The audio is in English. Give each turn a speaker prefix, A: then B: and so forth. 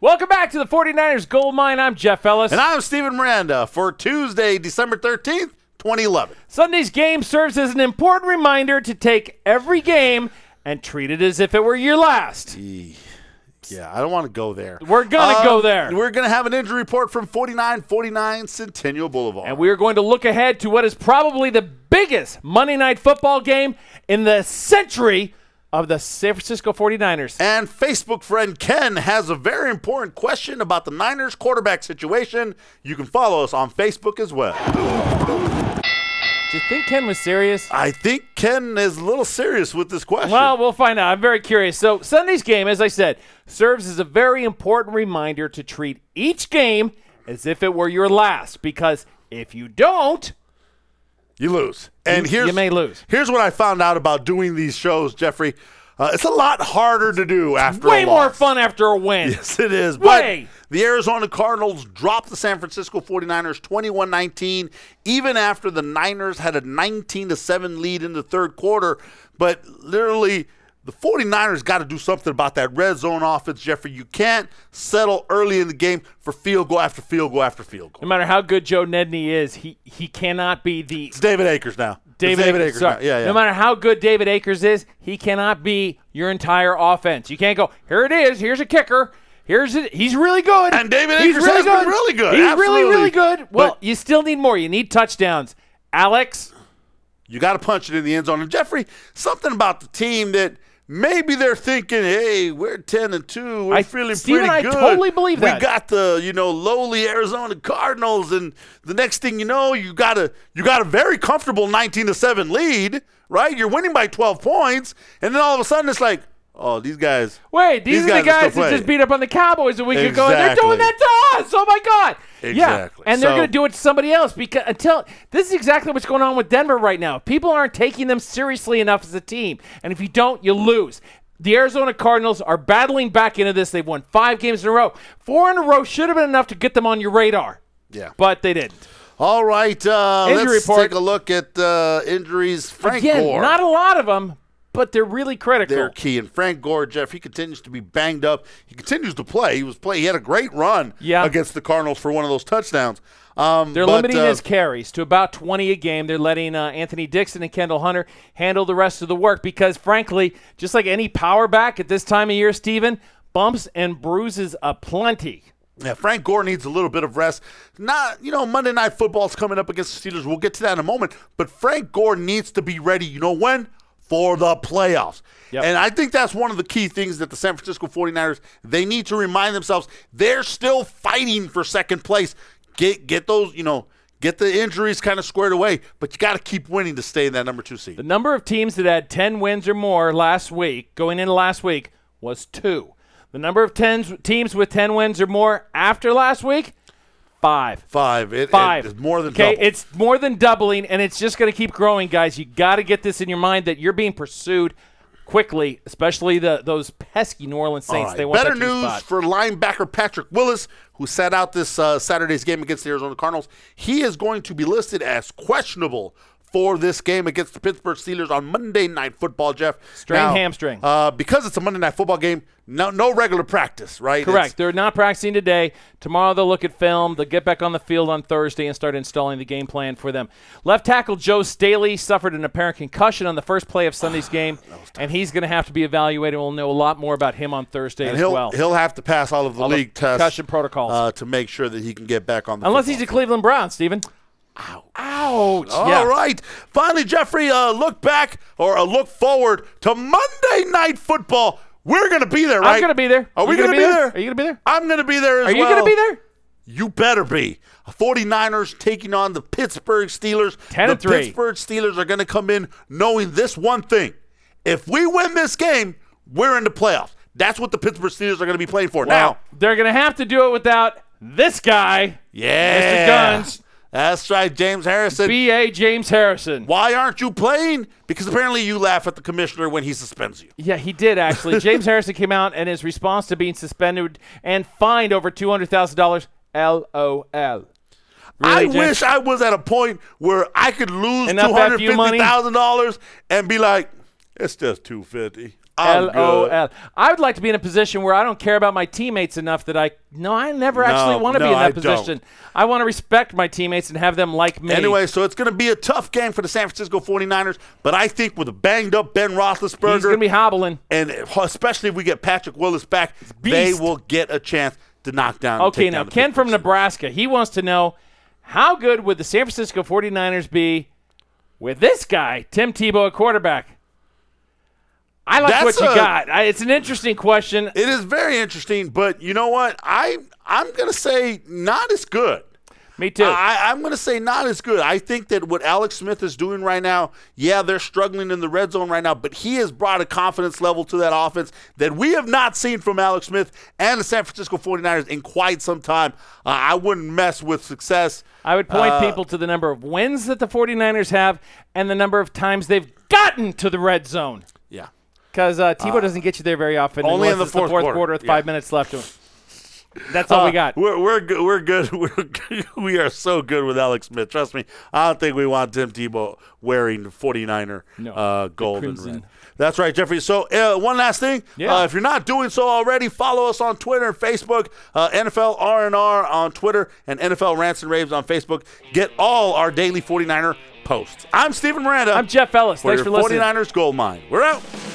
A: back to the 49ers Gold Mine. I'm Jeff Ellis.
B: And I'm Stephen Miranda for Tuesday, December 13th, 2011.
A: Sunday's game serves as an important reminder to take every game and treat it as if it were your last.
B: Yeah, I don't want to go there. Um,
A: We're gonna go there.
B: We're going to have an injury report from 4949 Centennial Boulevard.
A: And we are going to look ahead to what is probably the biggest Monday night football game in the century of the San Francisco 49ers.
B: And Facebook friend Ken has a very important question about the Niners quarterback situation. You can follow us on Facebook as well.
A: Do you think Ken was serious?
B: I think Ken is a little serious with this question.
A: Well, we'll find out. I'm very curious. So, Sunday's game, as I said, serves as a very important reminder to treat each game as if it were your last, because if you don't,
B: you lose. And
A: You-
B: here's
A: you may lose.
B: Here's what I found out about doing these shows, Jeffrey. Uh, it's a lot harder to do after
A: way
B: a
A: more
B: loss.
A: fun after a win.
B: Yes, it is. But
A: Way.
B: the Arizona Cardinals dropped the San Francisco 49ers 21 19, even after the Niners had a 19 7 lead in the third quarter. But literally, the 49ers got to do something about that red zone offense, Jeffrey. You can't settle early in the game for field goal after field goal after field goal.
A: No matter how good Joe Nedney is, he, he cannot be the
B: It's David Akers now. It's
A: David, Akers.
B: now.
A: sorry.
B: Yeah, yeah.
A: No matter how good David Akers is, he cannot be your entire offense. You can't go, here it is, here's a kicker. Here's it. He's really good.
B: And David
A: he's
B: Akers
A: really
B: has
A: good.
B: been really good.
A: He's
B: Absolutely.
A: really, really good. Well,
B: But-
A: you still need more. You need touchdowns. Alex,
B: You got to punch it in the end zone. And Jeffrey, something about the team that maybe they're thinking, "Hey, we're ten and two. We're
A: I-
B: feeling
A: Steven,
B: pretty
A: I
B: good."
A: totally believe
B: We
A: that.
B: got the you know lowly Arizona Cardinals, and the next thing you know, you got a you got a very comfortable nineteen to seven lead. Right, you're winning by twelve points, and then all of a sudden it's like, "Oh, these guys."
A: wait, these,
B: These
A: are the
B: guys are
A: guys
B: still
A: that just
B: playing.
A: beat up on the Cowboys a week ago, and they're
B: Exactly.
A: doing that to us. Oh, my God.
B: Exactly.
A: Yeah. And they're
B: So-
A: going to do it to somebody else because until this is exactly what's going on with Denver right now. People aren't taking them seriously enough as a team. And if you don't, you lose. The Arizona Cardinals are battling back into this. They've won five games in a row. Four in a row should have been enough to get them on your radar.
B: Yeah.
A: But they didn't.
B: All right, uh,
A: Injury
B: let's
A: report.
B: take a look at uh, injuries. Frank
A: Again,
B: Gore.
A: not a lot of them, but they're really critical.
B: They're key. And Frank Gore, Jeff, he continues to be banged up. He continues to play. He was play. He had a great run
A: Yeah.
B: against the Cardinals for one of those touchdowns. Um,
A: They're
B: but,
A: limiting
B: uh,
A: his carries to about 20 a game. They're letting uh, Anthony Dixon and Kendall Hunter handle the rest of the work because, frankly, just like any power back at this time of year, Steven, bumps and bruises aplenty.
B: Yeah, Frank Gore needs a little bit of rest. Not, you know, Monday Night Football's coming up against the Steelers. We'll get to that in a moment. But Frank Gore needs to be ready. You know when? For the playoffs.
A: Yep.
B: And I think that's one of the key things that the San Francisco 49ers, they need to remind themselves they're still fighting for second place. Get get those, you know, get the injuries kind of squared away, but you got to keep winning to stay in that number 2 seed.
A: The number of teams that had 10 wins or more last week, going into last week, was two. The number of 10s, teams with 10 wins or more after last week, five.
B: Five. It,
A: Five.
B: It's more than
A: okay,
B: double.
A: It's more than doubling, and it's just going to keep growing, guys. You got to get this in your mind that you're being pursued quickly, especially the those pesky New Orleans
B: All
A: Saints.
B: right.
A: They want
B: Better
A: that two
B: news
A: spot.
B: for linebacker Patrick Willis, who sat out this uh, Saturday's game against the Arizona Cardinals. He is going to be listed as questionable for this game against the Pittsburgh Steelers on Monday Night Football, Jeff.
A: Strained hamstring.
B: Uh, because it's a Monday Night Football game, no, no regular practice, right?
A: Correct.
B: It's-
A: They're not practicing today. Tomorrow they'll look at film. They'll get back on the field on Thursday and start installing the game plan for them. Left tackle Joe Staley suffered an apparent concussion on the first play of Sunday's game, and he's going to have to be evaluated. We'll know a lot more about him on Thursday
B: and
A: as
B: he'll,
A: well.
B: he'll have to pass all of the
A: the
B: league tests.
A: concussion protocols.
B: Uh, to make sure that he can get back on the
A: Unless
B: football.
A: he's a Cleveland Brown, Steven. Ouch. Ouch.
B: All right,
A: yeah.
B: Finally, Jeffrey, uh, look back or a look forward to Monday Night Football. We're going to be there, right?
A: I'm gonna be there.
B: Are we
A: You gonna
B: gonna be there?
A: Are you gonna be there?
B: I'm going to be there as
A: Are you
B: well.
A: gonna be there?
B: You better be. 49ers taking on the Pittsburgh Steelers.
A: 10
B: the
A: and three.
B: Pittsburgh Steelers are going to come in knowing this one thing. If we win this game, we're in the playoffs. That's what the Pittsburgh Steelers are going to be playing for. now,
A: they're gonna have to do it without this guy. Mr.
B: yeah.
A: Guns.
B: That's right, James Harrison.
A: B.A. James Harrison.
B: Why aren't you playing? Because apparently you laugh at the commissioner when he suspends you.
A: Yeah, he did actually. James Harrison came out and his response to being suspended and fined over two hundred thousand dollars. LOL. Really,
B: I
A: James?
B: wish I was at a point where I could lose two
A: Enough F
B: hundred
A: you
B: fifty
A: money?
B: thousand dollars and be like, it's just two fifty. I'm good.
A: LOL. I would like to be in a position where I don't care about my teammates enough that I no, I never actually want to
B: no,
A: be in that
B: I don't.
A: position. I want to respect my teammates and have them like me.
B: Anyway, so it's going to be a tough game for the San Francisco 49ers, but I think with a banged up Ben Roethlisberger,
A: he's going to be hobbling.
B: and especially if we get Patrick Willis back, they
A: beast.
B: will get a chance to knock down. and
A: Okay,
B: take
A: now
B: down the
A: Ken
B: Pittsburgh
A: from
B: Steelers.
A: Nebraska, he wants to know how good would the San Francisco 49ers be with this guy, Tim Tebow, at quarterback? I like
B: That's
A: what you
B: a-
A: got. I, it's an interesting question.
B: It is very interesting, but you know what? I I'm going to say not as good.
A: Me too.
B: I, I'm going to say not as good. I think that what Alex Smith is doing right now, yeah, they're struggling in the red zone right now, but he has brought a confidence level to that offense that we have not seen from Alex Smith and the San Francisco 49ers in quite some time. Uh, I wouldn't mess with success.
A: I would
B: uh,
A: point people to the number of wins that the 49ers have and the number of times they've gotten to the red zone.
B: Yeah.
A: Because uh, Tebow doesn't get you there very often.
B: only
A: unless
B: in the
A: it's
B: fourth
A: quarter.
B: quarter.
A: with
B: Yeah. Uh,
A: five minutes left. to it. That's all we got.
B: We're we're good. We're good. We're good. we are so good with Alex Smith. Trust me. I don't think we want Tim Tebow wearing 49er
A: No.
B: uh, gold and
A: crimson.
B: red. That's right, Jeffrey. So uh, one last thing.
A: Yeah.
B: Uh, if you're not doing so already, follow us on Twitter and Facebook. Uh, NFL R and R on Twitter and NFL Rants and Raves on Facebook. Get all our daily 49er posts. I'm Stephen Miranda.
A: I'm Jeff Ellis.
B: for
A: Thanks
B: your
A: for listening.
B: 49ers gold mine. We're out.